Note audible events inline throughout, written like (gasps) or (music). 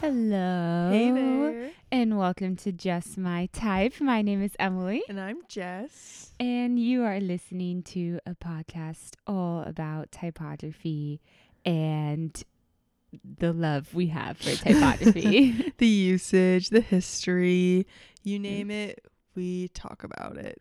Hello. Hey there. And welcome to Just My Type. My name is Emily, And I'm Jess. and you are listening to a podcast all about typography and the love we have for (laughs) typography. The usage, the history, you name it, we talk about it.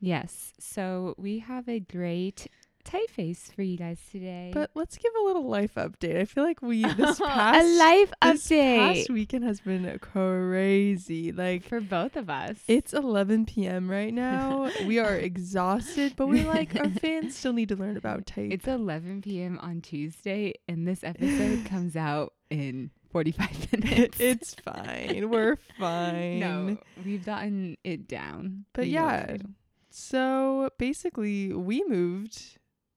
yes. So we have a great typeface for you guys today. But let's give a little life update. I feel like (laughs) we this a past life this update past weekend has been crazy. Like for both of us. it's 11 p.m. (laughs) right now. we are exhausted, but we're like (laughs) our fans still need to learn about tape. It's 11 p.m. on Tuesday, and (laughs) this episode comes out in 45 minutes. (laughs) it's fine. We're fine. no, we've gotten it down. But We know what yeah. to do. So basically, we moved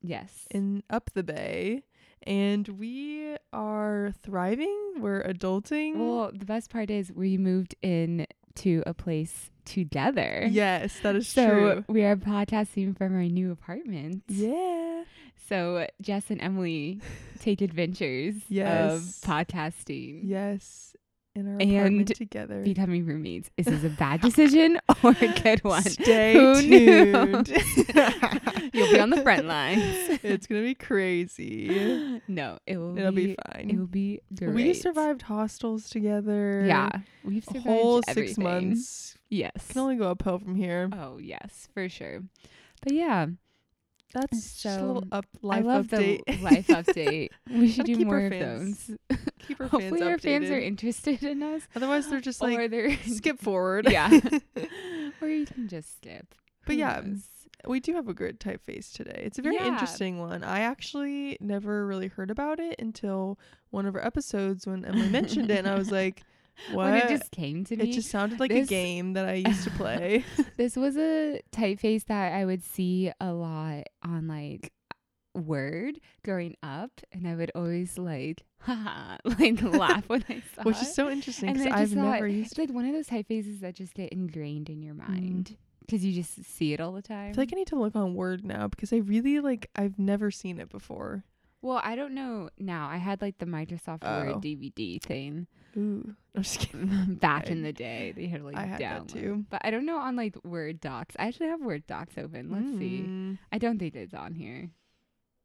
yes, in up the bay and we are thriving we're adulting Well, the best part is we moved in to a place together. yes that is So true we are podcasting from our new apartment. yeah (laughs) So Jess and Emily take adventures of Yes. podcasting, yes in our And apartment together becoming roommates. Is this a bad decision (laughs) or a (gasps) (laughs) good one? stay Who knew? (laughs) tuned You'll be on (laughs) the front lines. it's gonna (laughs) be crazy no, it will it'll be, be It will fine be great. we survived hostels together Yeah, we've a survived whole six everything. months Yes. can only go uphill from here Oh yes, for sure. But yeah, that's just a little so up life I love update the (laughs) life update. We should Gotta do keep our more of fans- those. keep our fans Hopefully, our fans are updated. interested in us, otherwise they're just like (laughs) (laughs) or they're skip forward. (laughs) yeah, or you can just skip. But Who yeah, knows? we do have a good typeface today. It's a very Yeah. interesting one. I actually never really heard about it until one of our episodes when Emily mentioned it, (laughs) and I was like, "What?" when it just came to It me, just sounded like this- a game that I used (laughs) to play. (laughs) this was a typeface that I would see a lot on like word growing up, and I would always like, (laughs) haha, like laugh when I saw which it. is so interesting And because I I've just thought, never used. Mm. It's like one of those typefaces that just get ingrained in your mind because you just see it all the time. I feel like I need to look on Word now because I really like I've never seen it before. well, I don't know now. I had like the Microsoft Oh. Word DVD thing (laughs) Ooh, (laughs) I'm just kidding. back in I- the day. They had like I had that download. too. but I don't know on like Word docs. I actually have Word docs open. Let's see. Mm. I don't think it's on here.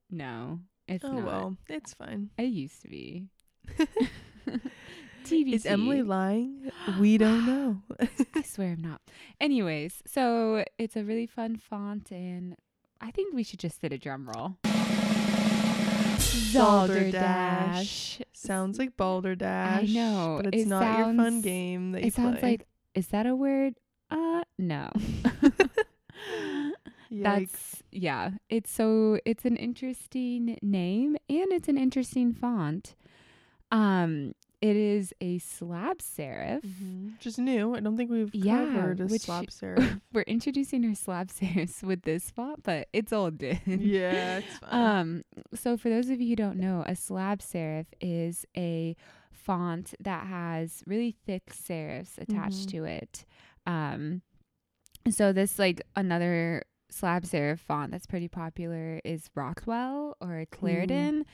No, it's Oh not. well, it's fine. It used to (laughs) be. (laughs) TV. Is Emily lying? We don't (sighs) know. I swear I'm not. Anyways, so it's a really fun font, and I think we should just hit a drum roll. Zolderdash. Sounds like balderdash. know, but it's it not your fun sounds- game that you It sounds play. like, is that a word? Uh, (laughs) no. Yikes. That's, yeah. It's so, it's an interesting name and it's an interesting font. Um, it is a slab serif. Mhm. just new. I don't think we've Yeah, covered a which- (laughs) slop serif. We're introducing our slab (laughs) serifs with this font, but it's old. yeah, it's fine. Um, so for those of you who don't know, a slab serif is a font that has really thick serifs attached Mhm. to it. Um, so this like another slab serif font that's pretty popular is Rockwell or Clarendon.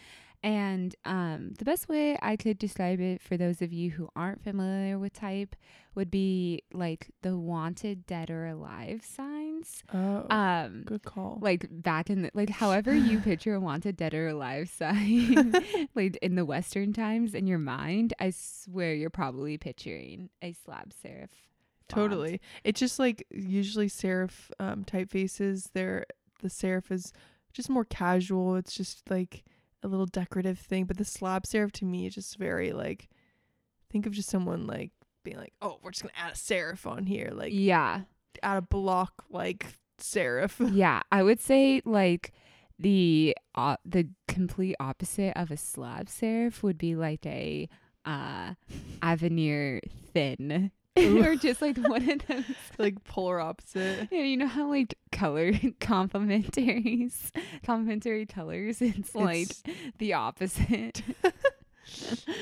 And um, the best way I could describe it for those of you who aren't familiar with type would be like the wanted dead or alive signs. oh, Um, good call. like back in the, like however (sighs) you picture a wanted dead or alive (laughs) (laughs) sign like in the western times in your mind i swear you're probably picturing a slab serif font. totally. It's just like usually serif um, typefaces. They're the serif is just more casual. It's just like a little decorative thing. But the slab serif to me is just very like. Think of just someone like being like, oh, we're just gonna add a serif on here, like yeah (laughs) add a block like serif. (laughs) yeah i would say like the uh, the complete opposite of a slab serif would be like a uh avenir thin (laughs) Ooh. or just like one of those like polar opposite. Yeah, you know how like color (laughs) complementaries, complementary colors. It's like It's- the opposite.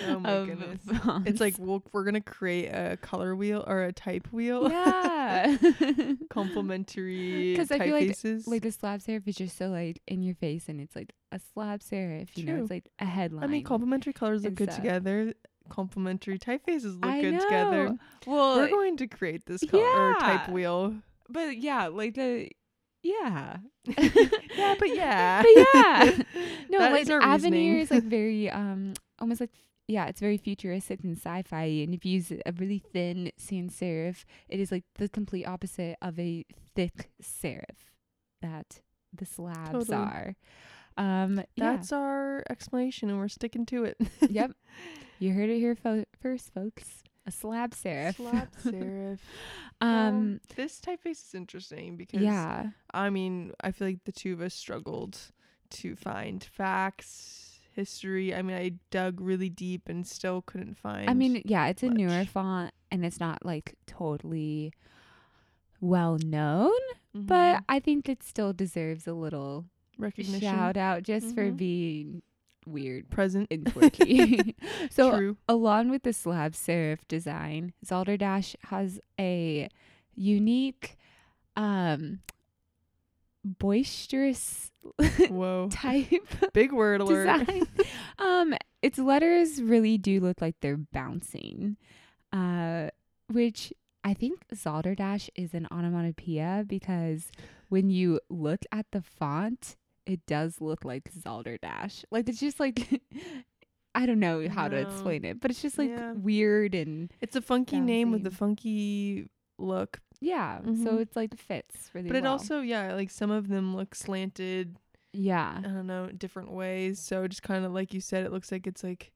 oh my of (laughs) goodness. fonts. It's like (laughs) we'll, we're gonna create a color wheel or a type wheel, yeah, (laughs) (laughs) complementary 'Cause I feel like- typefaces. like the slab serif is just so like in your face, and it's like a slab serif. You know, True. it's like a headline. I mean, complementary colors look and good stuff. together. complementary typefaces look I good know. together. Well, We're going to create this col- or (laughs) type Yeah. wheel. but yeah, like the (laughs) yeah. (laughs) Yeah, but yeah. But (laughs) yeah. (laughs) No, That like is our reasoning. (laughs) Avenir is like very um almost like yeah, it's very futuristic and sci-fi. And if you use a really thin sans serif, it is like the complete opposite of a thick serif that the slabs Totally. are. Um, yeah, That's (laughs) our explanation, and we're sticking to it. (laughs) yep. You heard it here fo- first, folks. A slab serif. Slab (laughs) serif. Um, this typeface is interesting because yeah, I mean, I feel like the two of us struggled to find facts, history. I mean, I dug really deep and still couldn't find. I mean, yeah, it's a newer much. font, and it's not like totally well known. Mhm. but I think it still deserves a little recognition shout out just for Mhm. being weird present. and quirky. (laughs) so, True. along with the slab serif design, Zalderdash has a unique, um, boisterous (laughs) Whoa. type Big word (laughs) alert. design. (laughs) um, its letters really do look like they're bouncing, uh, which I think Zolderdash is an onomatopoeia because when you look at the font, it does look like Zolderdash. Like it's just like. (laughs) I don't know how to No. explain it, but it's just like Yeah. weird and It's a funky name with the Bouncing. funky look, yeah. So Mhm. it's like fits really but it well. also yeah, like some of them look slanted. I yeah don't know, different ways. So just kind of like you said, it looks like it's like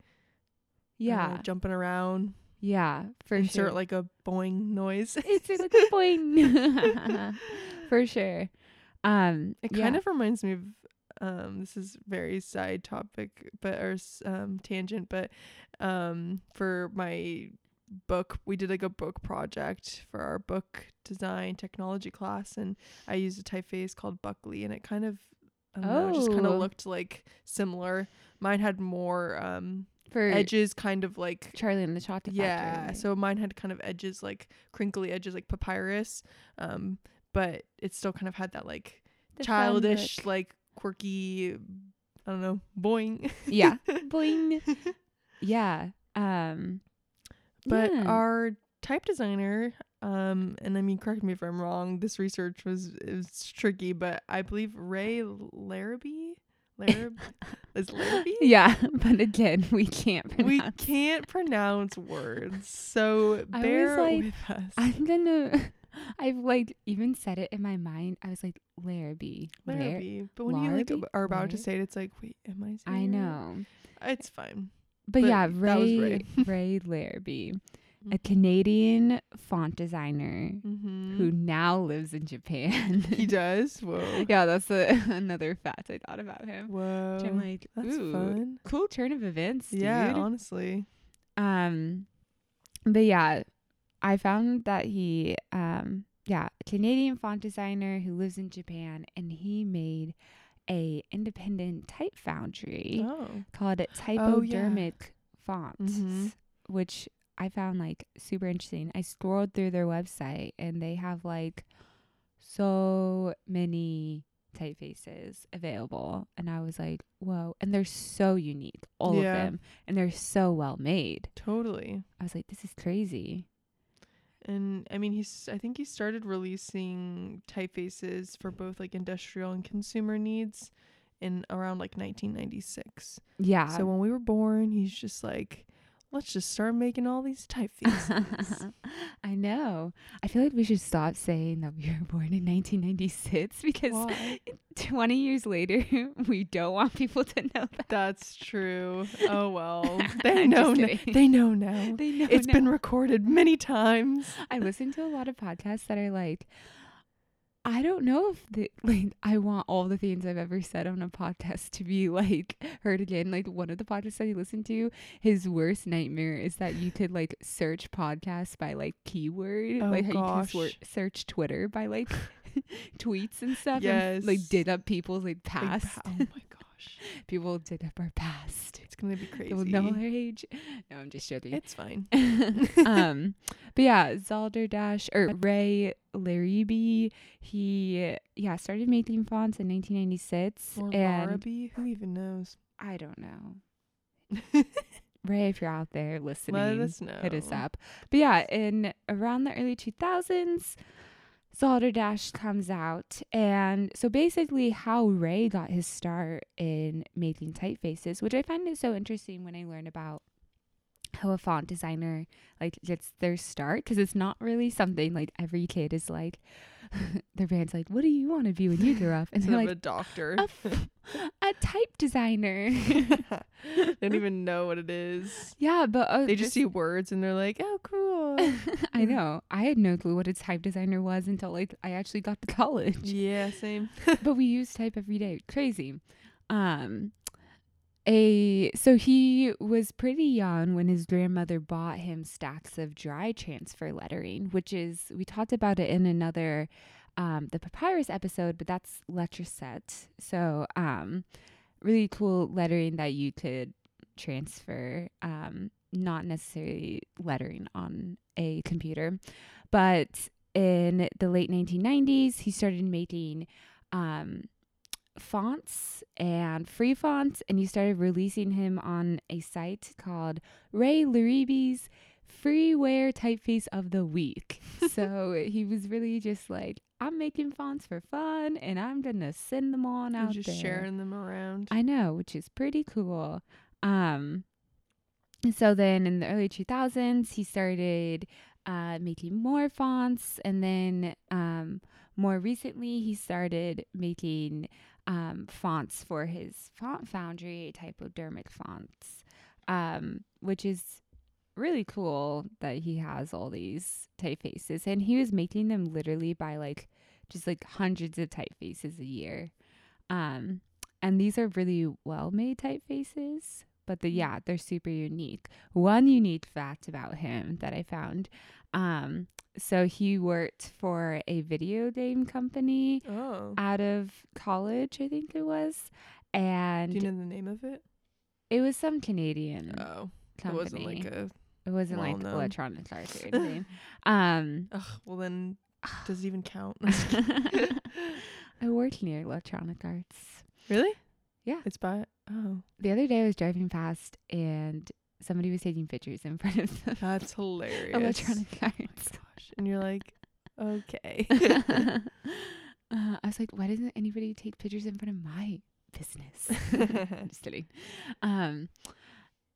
I don't know, yeah jumping around. yeah for Insert sure. like a boing noise. it's (laughs) like a (laughs) boing for sure. Um, It yeah. kind of reminds me of um this is very side topic but or s- um tangent but um for my book we did like a book project for our book design technology class and I used a typeface called Buckley and it kind of I don't know, it just kind Oh. of looked like similar. Mine had more um for edges kind of like Charlie and the Chocolate yeah Factory. so mine had kind of edges like crinkly edges like papyrus um but it still kind of had that like The fun childish look. like quirky i don't know boing (laughs) yeah, boing. (laughs) Yeah. Um, but yeah. our type designer um and i mean correct me if i'm wrong this research was is tricky but i believe ray larrabee (laughs) larrabee is larrabee yeah, (laughs) but again, we can't we pronounce. can't pronounce words so (laughs) I was bear like, with us I'm gonna. (laughs) I've like even said it in my mind. I was like Larrabee. Lar- Larrabee. But when you like Larrabee? ab- are about to Lar- say it, it's like, wait, am I saying it I right?" know, It's fine. but, Mm-hmm. But yeah, that was Ray (laughs) Ray Larrabee, a Canadian font designer Mm-hmm. who now lives in Japan. (laughs) he does. Whoa. yeah, that's a, (laughs) another fact I thought about him. Whoa. Which I'm like, That's ooh, fun. cool turn of events, dude. Yeah, honestly. Um, but yeah, I found that he, um, yeah, Canadian font designer who lives in Japan, and he made a independent type foundry Oh. called Oh, yeah. Typodermic Fonts, Mhm. which I found like super interesting. I scrolled through their website and they have like so many typefaces available. And I was like, whoa. And they're so unique, all Yeah. of them. And they're so well made. Totally. I was like, this is crazy. And I mean, he's. I think he started releasing typefaces for both like industrial and consumer needs, in around like 1996. Yeah. (laughs) So when we were born, he's just like, let's just start making all (laughs) these typefaces. (laughs) I know. I feel like we should stop saying that we were born in 1996 because (laughs) Why? 20 years later, (laughs) we don't want people to know that. That's true. (laughs) Oh well, they I'm just know. n- kidding. they know (laughs) (laughs) now. They know. It's now. been recorded many times. I listen to a lot of podcasts that are like, I don't know if the, (laughs) like I want all the things I've ever said on a podcast to be like heard again. Like one of the podcasts that he listened to, his worst nightmare is that you could like search podcasts by like keyword, Oh, like how you can gosh. swor- search Twitter by like (laughs) tweets and stuff, and like Yes. dig up people's like Like, past. pa- oh my gosh, People dig up our past. it's gonna be crazy. They will (laughs) know our age. No, I'm just joking. It's fine. (laughs) um, but yeah, Zalderdash or Ray Larrabee, he yeah started making fonts in 1996, Or and (laughs) Larrabee, who even knows? I don't know. Ray, if you're out there listening, Let us know. hit us up. But yeah, in around the early 2000s, Solder Dash comes out. And so basically, how Ray got his start in making typefaces, which I find is so interesting when I learn about how a font designer like gets their start because it's not really something like every kid is like (laughs) their parents like what do you want to be when you grow (laughs) up and Instead they're of like a doctor. (laughs) a, f- a type designer (laughs) don't even know what it is. yeah but uh, They just this- see words and they're like, oh, (laughs) cool. I know. I had no clue what a type designer was until like I actually got to (laughs) college. yeah, same. but we use type every day. Crazy. Um a so he was pretty young when his grandmother bought him stacks of dry transfer lettering, which is we talked about it in another um the papyrus episode, but that's letter set. So um really cool lettering that you could transfer um not necessarily lettering on a computer but in the late 1990s he started making um fonts and free fonts and he started releasing him on a site called ray luribi's freeware typeface of the week so he was really just like i'm making fonts for fun and i'm gonna send them on They're out just there sharing them around. I know, which is pretty cool. Um, so then in the early 2000s, he started uh, making more fonts. And then um, more recently, he started making um, fonts for his font foundry, typodermic fonts, um, which is really cool that he has all these typefaces. And he was making them literally by like just like hundreds of typefaces a year. Um, and these are really well made typefaces but Mm-hmm. the, yeah they're super unique one unique fact about him that i found um so he worked for a video game company oh. out of college i think it was and Do you know the name of it? it was some canadian Oh. Mm, company It wasn't like a. it wasn't like well-known. electronic arts (laughs) or anything um (laughs) Ugh, (sighs) well, then, does it even count? (laughs) i worked near electronic arts really? Yeah. It's by. Oh. the other day i was driving past and somebody was taking pictures in front of the That's (laughs) hilarious. electronic arts. Gosh. And you're like, (laughs) okay. (laughs) uh, I was like, why doesn't anybody take pictures in front of my business? (laughs) I'm just kidding. Um,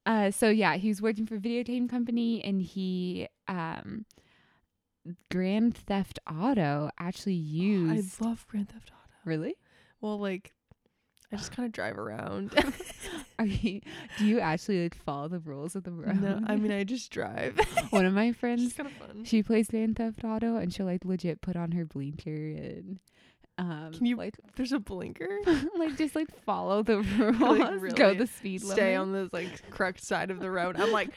uh, so yeah, he was working for a video game company, and he um, Grand Theft Auto actually (gasps) I used love Grand Theft Auto. (laughs) really. Well, like, I just kind of (laughs) drive around. (laughs) Are you? Do you actually like follow the rules of the road? no, I mean, I just drive. (laughs) one of my it's (laughs) friends just kind of fun. She plays Grand Theft Auto and she'll like legit put on her blinker and um Can you like There's a blinker. (laughs) like just like follow the (laughs) rules, go really the speed limit. Stay on the like correct side of the road. (laughs) I'm like,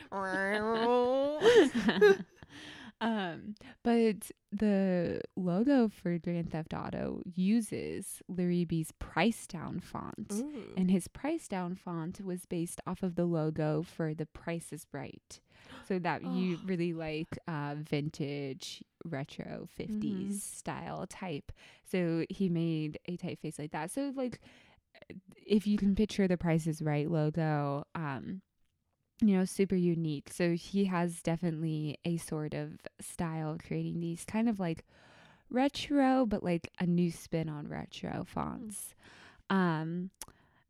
um but the logo for Grand Theft Auto uses Larrybee's price down font. Ooh. And his price down font was based off of the logo for the Price is Right. So (gasps) that you Oh. really like uh, vintage retro 50s Mhm. style type. So he made a typeface like that. So like if you can picture the Price is Right logo, um you know, super unique. So he has definitely a sort of style creating these kind of like retro but like a new spin on Mm-hmm. retro fonts. Um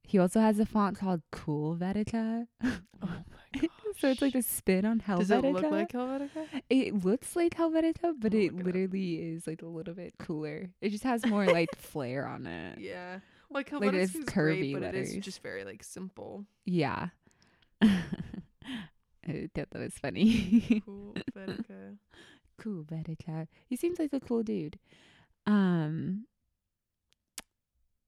he also has a font called Cool Vetica. oh my gosh. so it's like a spin on Helvetica. Does it look like Helvetica? It looks like Helvetica, but I'll it look it up. literally is like a little bit cooler. It just has more like (laughs) flair on it. Yeah. Like Helvetica's Like, there's curvy great, but it letters. is just very like simple. Yeah. (laughs) I thought that was funny. (laughs) Cool Helvetica. Oh, cool Vetica. He seems like a cool dude. Um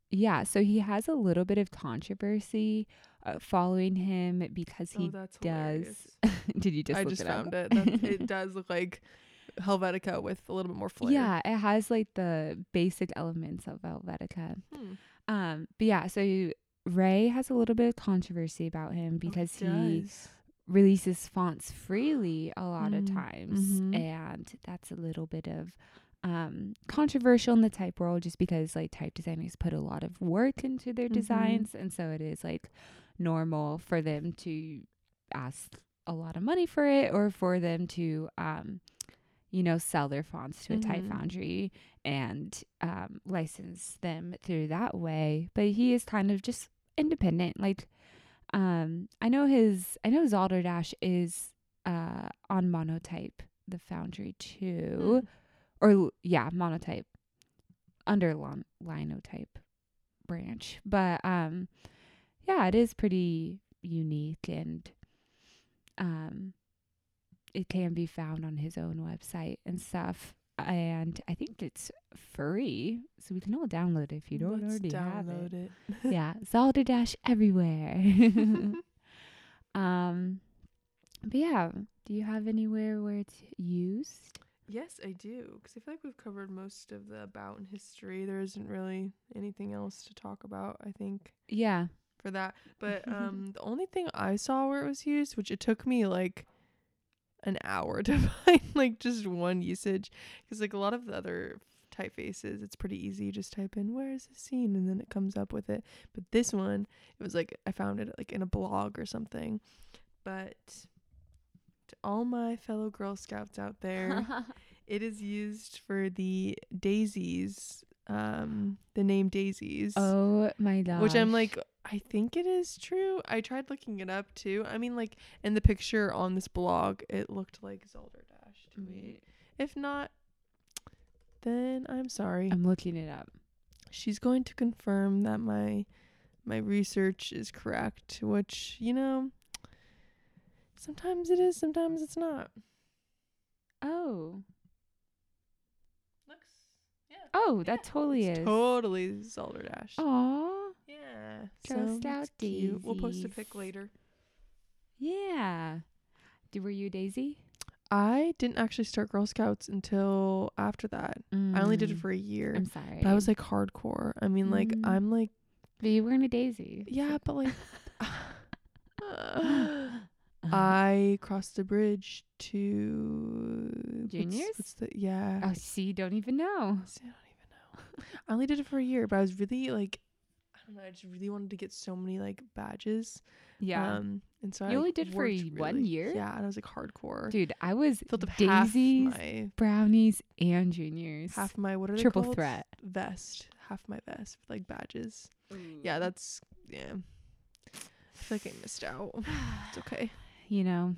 yeah, so he has a little bit of controversy uh, following him because (laughs) oh, he that's does hilarious. did you (laughs) just I look just it up? found (laughs) it. That's, it does look like Helvetica with a little bit more flair. Yeah, it has like the basic elements of Helvetica. Hmm. Um, but yeah, so Ray has a little bit of controversy about him Oh, it because he does. releases fonts freely a lot of Mm, times, mhm. and that's a little bit of um, controversial in the type world, just because like type designers put a lot of work into their Mhm. designs, and so it is like normal for them to ask a lot of money for it or for them to um you know sell their fonts to a type Mhm. foundry and um license them through that way but he is kind of just independent like um i know his i know zolderdash is uh on monotype the foundry too Hmm. or l- yeah, monotype under lon- linotype branch. But um yeah, it is pretty unique and um it can be found on his own website and stuff. And I think it's free, so we can all download it if you don't Let's already have it download it. (laughs) yeah, Zelda Dash everywhere. (laughs) um, but yeah, do you have anywhere where it's used? Yes, I do. Because I feel like we've covered most of the about and history. There isn't really anything else to talk about, I think, Yeah, for that. But um, the only thing I saw where it was used, which it took me like an hour (laughs) to find, like just one usage, because like a lot of the other typefaces, it's pretty easy. You just type in, where is this scene? And then it comes up with it. But this one, it was like, I found it like in a blog or something. But to all my fellow Girl Scouts out there, It is used for the daisies, um, the name daisies, (laughs) Oh my god. which I'm like, I think it is true. I tried looking it up too. I mean, like in the picture on this blog, it looked like Zolderdash to me. If not, then I'm sorry. I'm looking it up. She's going to confirm that my my research is correct, which you know, sometimes it is, sometimes it's not. Oh. Looks, yeah. Oh, that totally It's is. totally Zolderdash. Aw. Yeah. Just so out it's cute. We'll post a daisies. pic later. Yeah. Do, were you Daisy? I didn't actually start Girl Scouts until after that. I only did it Mm, for a year. I'm sorry. But I was like hardcore. I mean, like Mm. I'm like but you weren't a Daisy. yeah, (gasps) but like Uh-huh. I crossed the bridge to what's- Juniors? What's the, yeah. oh, see, you don't even know. See, I don't even know. I only did it for a year, but I was really like, I don't know. I just really wanted to get so many like badges. Yeah. Um, and so I You only like, did for worked y- one really- year? Yeah, and I was like hardcore. Dude, I was filled up daisies, half my brownies, and juniors. half my what are they Triple called? threat. vest, half my vest with like badges. Yeah, that's yeah. I feel like I (sighs) missed out. It's okay. you know,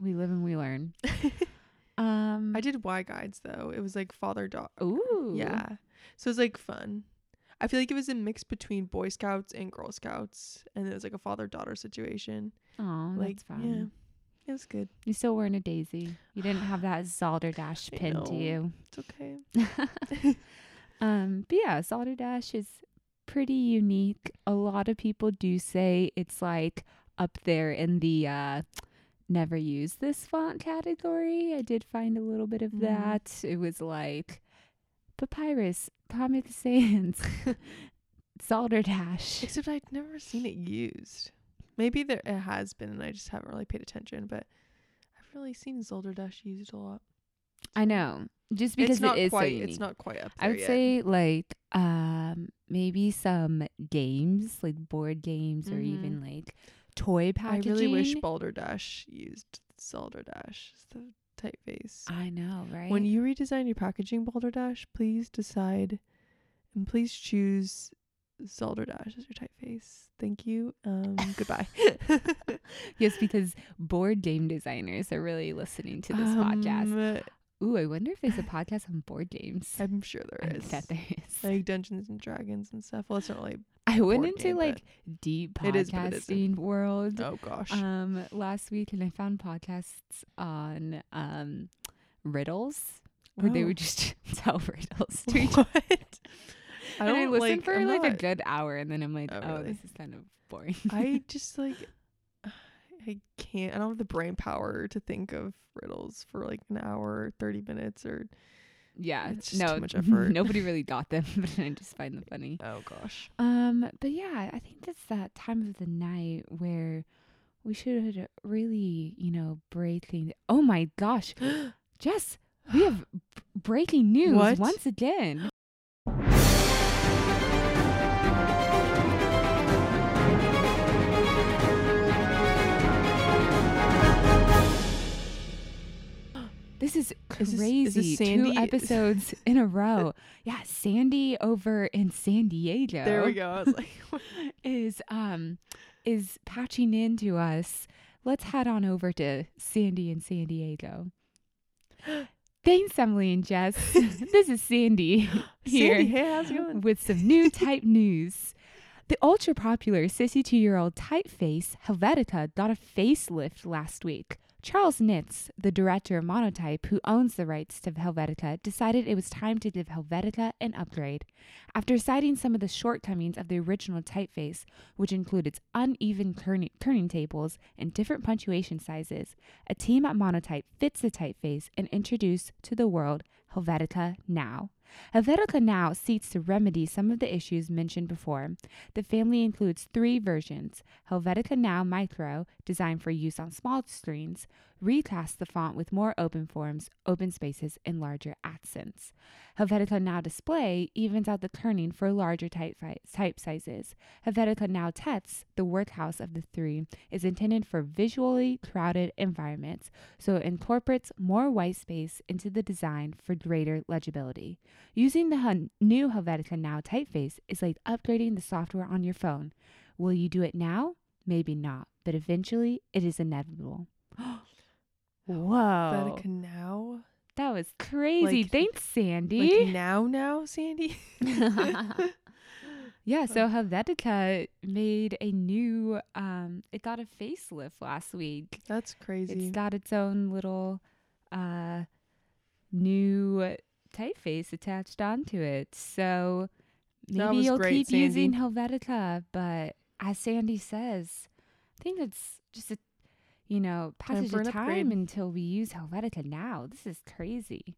we live and we (laughs) learn. Um, I did Y guides though. It was like father daughter. Ooh. Yeah, so it was like fun. I feel like it was a mix between Boy Scouts and Girl Scouts, and it was like a father daughter situation. Oh, like that's fun. yeah, it was good. You still weren't a daisy. You didn't have that Zolderdash I pin to know. you. It's okay. um, but yeah, Zolderdash is pretty unique. A lot of people do say it's like up there in the uh, never use this font category. I did find a little bit of Mm. that. It was like papyrus, Comic Sans, (laughs) Zolderdash. Except I'd never seen it used. Maybe there it has been, and I just haven't really paid attention. But I've really seen Zolderdash used a lot. I know. Just because it's not it is so quite. unique. it's not quite up there I would yet. say like um maybe some games like board games or even like toy Mm-hmm. I packaging. really wish Balderdash used Zolderdash as the typeface. I know, right? When you redesign your packaging, Balderdash, please decide and please choose Zolderdash as your typeface. Thank you. Um, goodbye. (laughs) yes, because board game designers are really listening to this podcast. Um, Ooh, I wonder if there's (sighs) a podcast on board games. I'm sure I there is. bet there is. like Dungeons and Dragons and stuff. Well, it's not really. (laughs) I went board into game, but- like deep It is, but it podcasting isn't. world Oh gosh. um last week and I found podcasts on um riddles where they Oh. would just (laughs) tell riddles to each what? I and I don't, listen like- for I'm like a not- good hour, and then I'm like, Oh, oh, really? this is kind of boring. (laughs) I just like (sighs) I can't. I don't have the brain power to think of riddles for like an hour, or thirty minutes, or yeah, it's just no, (laughs) too much effort. Nobody really got them, (laughs) but I just find them funny. oh gosh. Um, but yeah, I think that's that time of the night where we should really, you know, break things. Oh my (gasps) gosh, Jess, we have b- breaking news What? once (gasps) again. This is Is this- crazy. is this Sandy? Two episodes in a (laughs) row. Yeah, Sandy over in San Diego. There we go. Oh. I was like, (laughs) Is um is patching in to us. Let's head on over to Sandy in San Diego. (gasps) Thanks, Emily and (laughs) Jess. (laughs) this is Sandy here Sandy, hey, how's it going? with some new type news. The ultra popular 62 year old typeface Helvetica got a facelift last week. Charles Nitz, the director of Monotype, who owns the rights to Helvetica, decided it was time to give Helvetica an upgrade. After citing some of the shortcomings of the original typeface, which include its uneven turning, turning tables and different puntuation sizes, a team at Monotype fits the typeface and introduced to the world Helvetica Now. Helvetica Now seeks to remedy some of the issues mentioned before. The family includes three versions Helvetica Now Micro, designed for use on small screens, recast the font with more open forms, open spaces, and larger accents. Helvetica Now Display evens out the kerning for larger type, fi- type sizes. Helvetica Now Tets, the workhouse of the three, is intended for visually crowded environments, so it incorporates more white space into the design for greater legibility. Using the hun- new Helvetica Now typeface is like upgrading the software on your phone. Will you do it now? Maybe not, but eventually it is inevitable. (gasps) Whoa. Helvetica now? That was crazy. Like- Thanks, Like Sandy. now, now, Sandy? (laughs) (laughs) yeah, so Helvetica made a new, um, it got a facelift last week. That's It's crazy. got its own little uh, new typeface attached onto it. So That maybe was you'll great, keep using Helvetica, but as Sandy says, I think it's just a you know passage for of an time upgrade. until we use Helvetica now. This is crazy.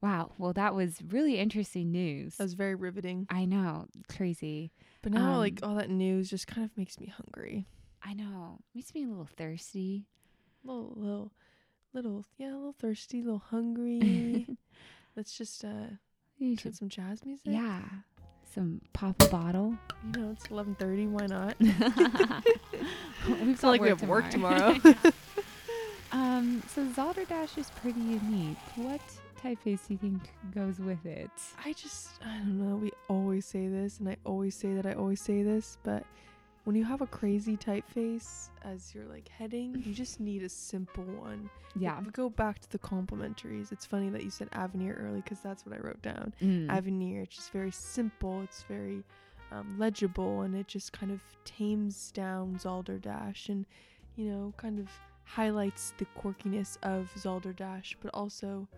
Wow. Well, that was really interesting news. That was very riveting. I know, crazy. But now, like, Um, all that news just kind of makes me hungry. I know. Makes me a little thirsty. Little, little, little, yeah, a little thirsty, a little (laughs) hungry. Let's just uh, You turn should- some jazz music. yeah. Some pop a (laughs) bottle. You know, it's 11.30, why (laughs) not? We've It's not like we have work tomorrow. (laughs) (laughs) um, so Zolderdash is pretty unique. What typeface do you think goes with it? I just, I don't know. We always say this, and I always say that I always say this, but when you have a crazy typeface as you're like heading, (laughs) you just need a simple one. Like, Yeah. if we go back to the complimentaries. It's funny that you said Avenir early because that's what I wrote down. Mm. Avenir, it's just very simple, it's very um, legible, and it just kind of tames down Zalderdash and, you know, kind of highlights the quirkiness of Zalderdash, but also,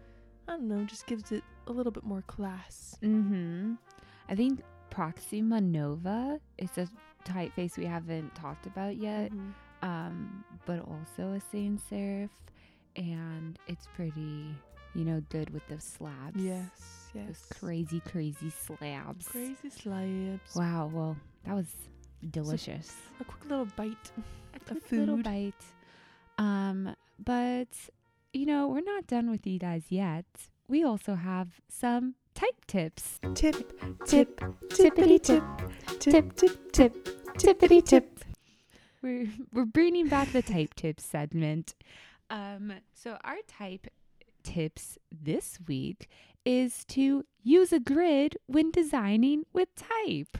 I don't know, just gives it a little bit more class. Mm-hmm. I think Proxima Nova is a typeface we haven't talked about yet, Mhm. um, but also a sans serif, and it's pretty, you know, good with those slabs. Yes, Those yes. crazy, crazy slabs. Crazy slabs. Wow. Well, that was delicious. A quick little bite. a quick little food. bite. Um, but you know, we're not done with you guys yet. We also have some type tips. Tip, tip, tippity tip, tip, tip, tip, tippity tip. We're we're bringing back the type tips segment. Um, so our type tips this week is to use a grid when designing with type.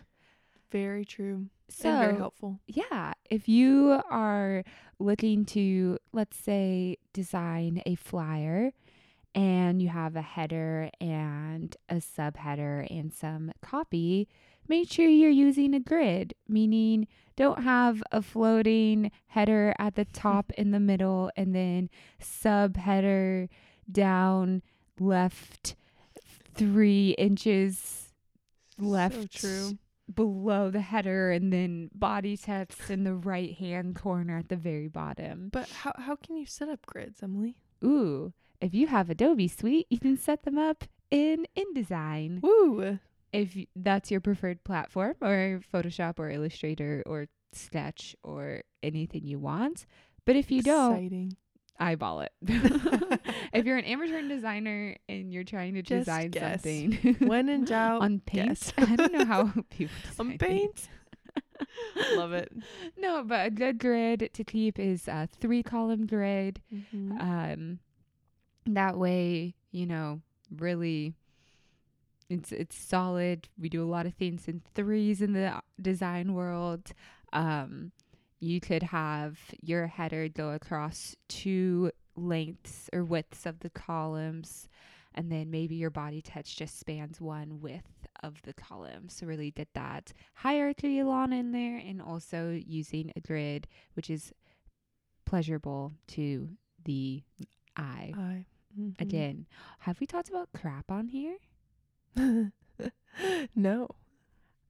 Very true. So and very helpful. Yeah, if you are looking to, let's say, design a flyer and you have a header and a subheader and some copy, make sure you're using a grid, meaning don't have a floating header at the top (laughs) in the middle and then subheader down left three inches So left true. below the header and then body text in the right hand corner at the very bottom. But how, how can you set up grids, Emily? Ooh, if you have Adobe Suite, you can set them up in InDesign Woo! if y- that's your preferred platform or Photoshop or Illustrator or Sketch or anything you want. But if you don't, Exciting. eyeball (laughs) it. if you're an amateur designer and you're trying to Just design guess. something When in (laughs) doubt, on paint, guess. I don't know (laughs) how people on design things. (laughs) paint. Love it. No, but a Mm-hmm. good grid to keep is a three column grid. Mhm. Um, that way you know really it's it's solid we do a lot of things in threes in the design world um you could have your header go across two lengths or widths of the columns and then maybe your body touch just spans one width of the column so really get that hierarchy along in there and also using a grid which is pleasurable to the eye I again. Have we talked about crap on here? mhm. (laughs) no. (laughs)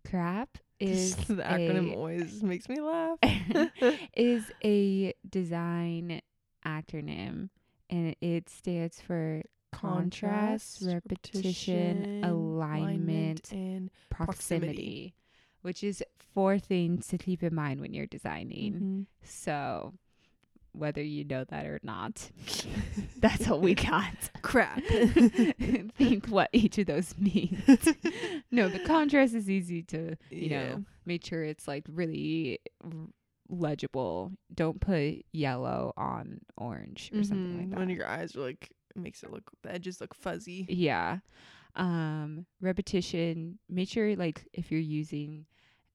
Crap is Just the acronym always makes me laugh. a, (laughs) is a design acronym and it stands for contrast, repetition, alignment, and proximity, which is four things to keep in mind when you're designing. mhm. So whether you know that or (laughs) not, that's what we got. crap. (laughs) Think what each of those means. (laughs) no, the contrast is easy to you Yeah. know make sure it's like really r- legible don't put yellow on orange or something like Mhm, that When your eyes are like it makes it look the edges look fuzzy. yeah um repetition make sure like if you're using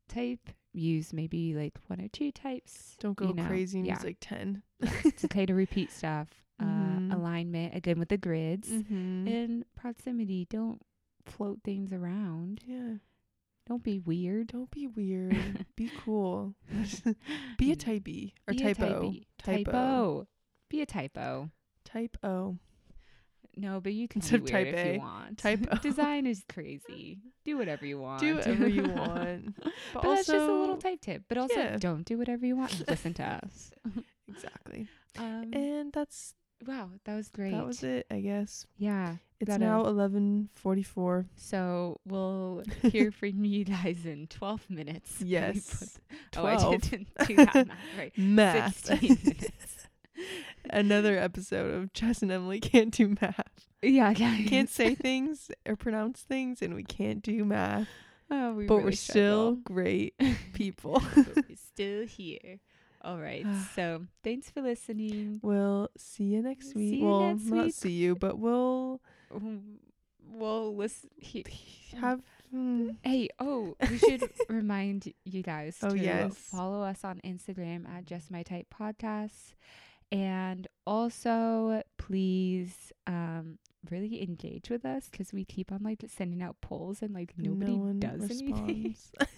type use maybe like one or two types Don't go you know, crazy and yeah use like (laughs) ten. (laughs) it's okay to repeat stuff Mhm. uh alignment again with the grids Mhm. and proximity don't float things around Yeah. don't be weird Don't be weird. (laughs) be cool. (laughs) be a type B or Mm-hmm. Be a type O. typey. Type O. Typo. Be a typo. Type (laughs) O. No, but (laughs) you can Instead be of weird type if A, you want. type O. (laughs) Design is crazy. Do whatever you want. (laughs) Do (laughs) whatever you want. But, but also, that's just a little type tip. But also, yeah. don't do whatever you want. Listen (laughs) to us. Exactly. Um, And that's wow, that was great. that was it, I guess. Yeah. It's Gotta- now eleven forty four. (laughs) So (laughs) we'll hear from you guys in 12 minutes. (laughs) We put- Yes. Oh, I (laughs) 12. didn't do that (laughs) math right. Math. (laughs) 16 minutes. Another episode of Jess and Emily can't do math. Yeah, (laughs) yeah. Can't say things or pronounce things and we can't do math. Oh, we but really we're still (laughs) struggle. great people. We're still here. All (sighs) right. So thanks for listening. we'll see you next See week. you well, next not week. see you, (laughs) but we'll Mm, Um, Well, listen. He- have mm, hey, oh, we (laughs) should remind you guys Oh, to yes. follow us on Instagram at Just My Type Podcast, and also please um really engage with us because we keep on like sending out polls and like nobody no one does anything. responds. (laughs)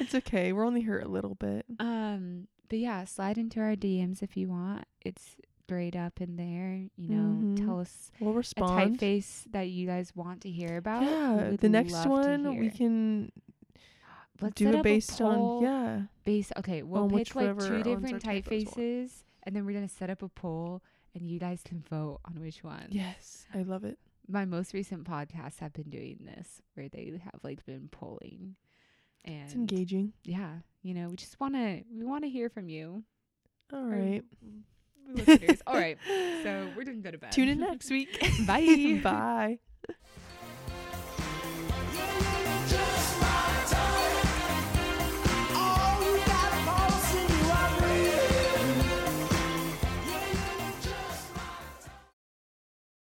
it's okay. We're only hurt a little bit. (laughs) Um, but yeah, slide into our DMs if you want. It's grayed up in there. You know, Mhm. tell us We'll a respond. typeface that you guys want to hear about. we yeah, would the next love to one we hear. can Let's do set it up based a poll on yeah. Base. Okay, we'll on which- pick like whatever two owns our different typos one. typefaces, and then we're gonna set up a poll, and you guys can vote on which one. Yes, I love it. My most recent podcasts have been doing this, where they have like been polling, and It's engaging. yeah, you know, we just wanna we wanna hear from (laughs) you, All our right. (laughs) listeners. All right, so we're doing good about. Tune in next week. Bye. (laughs) Bye.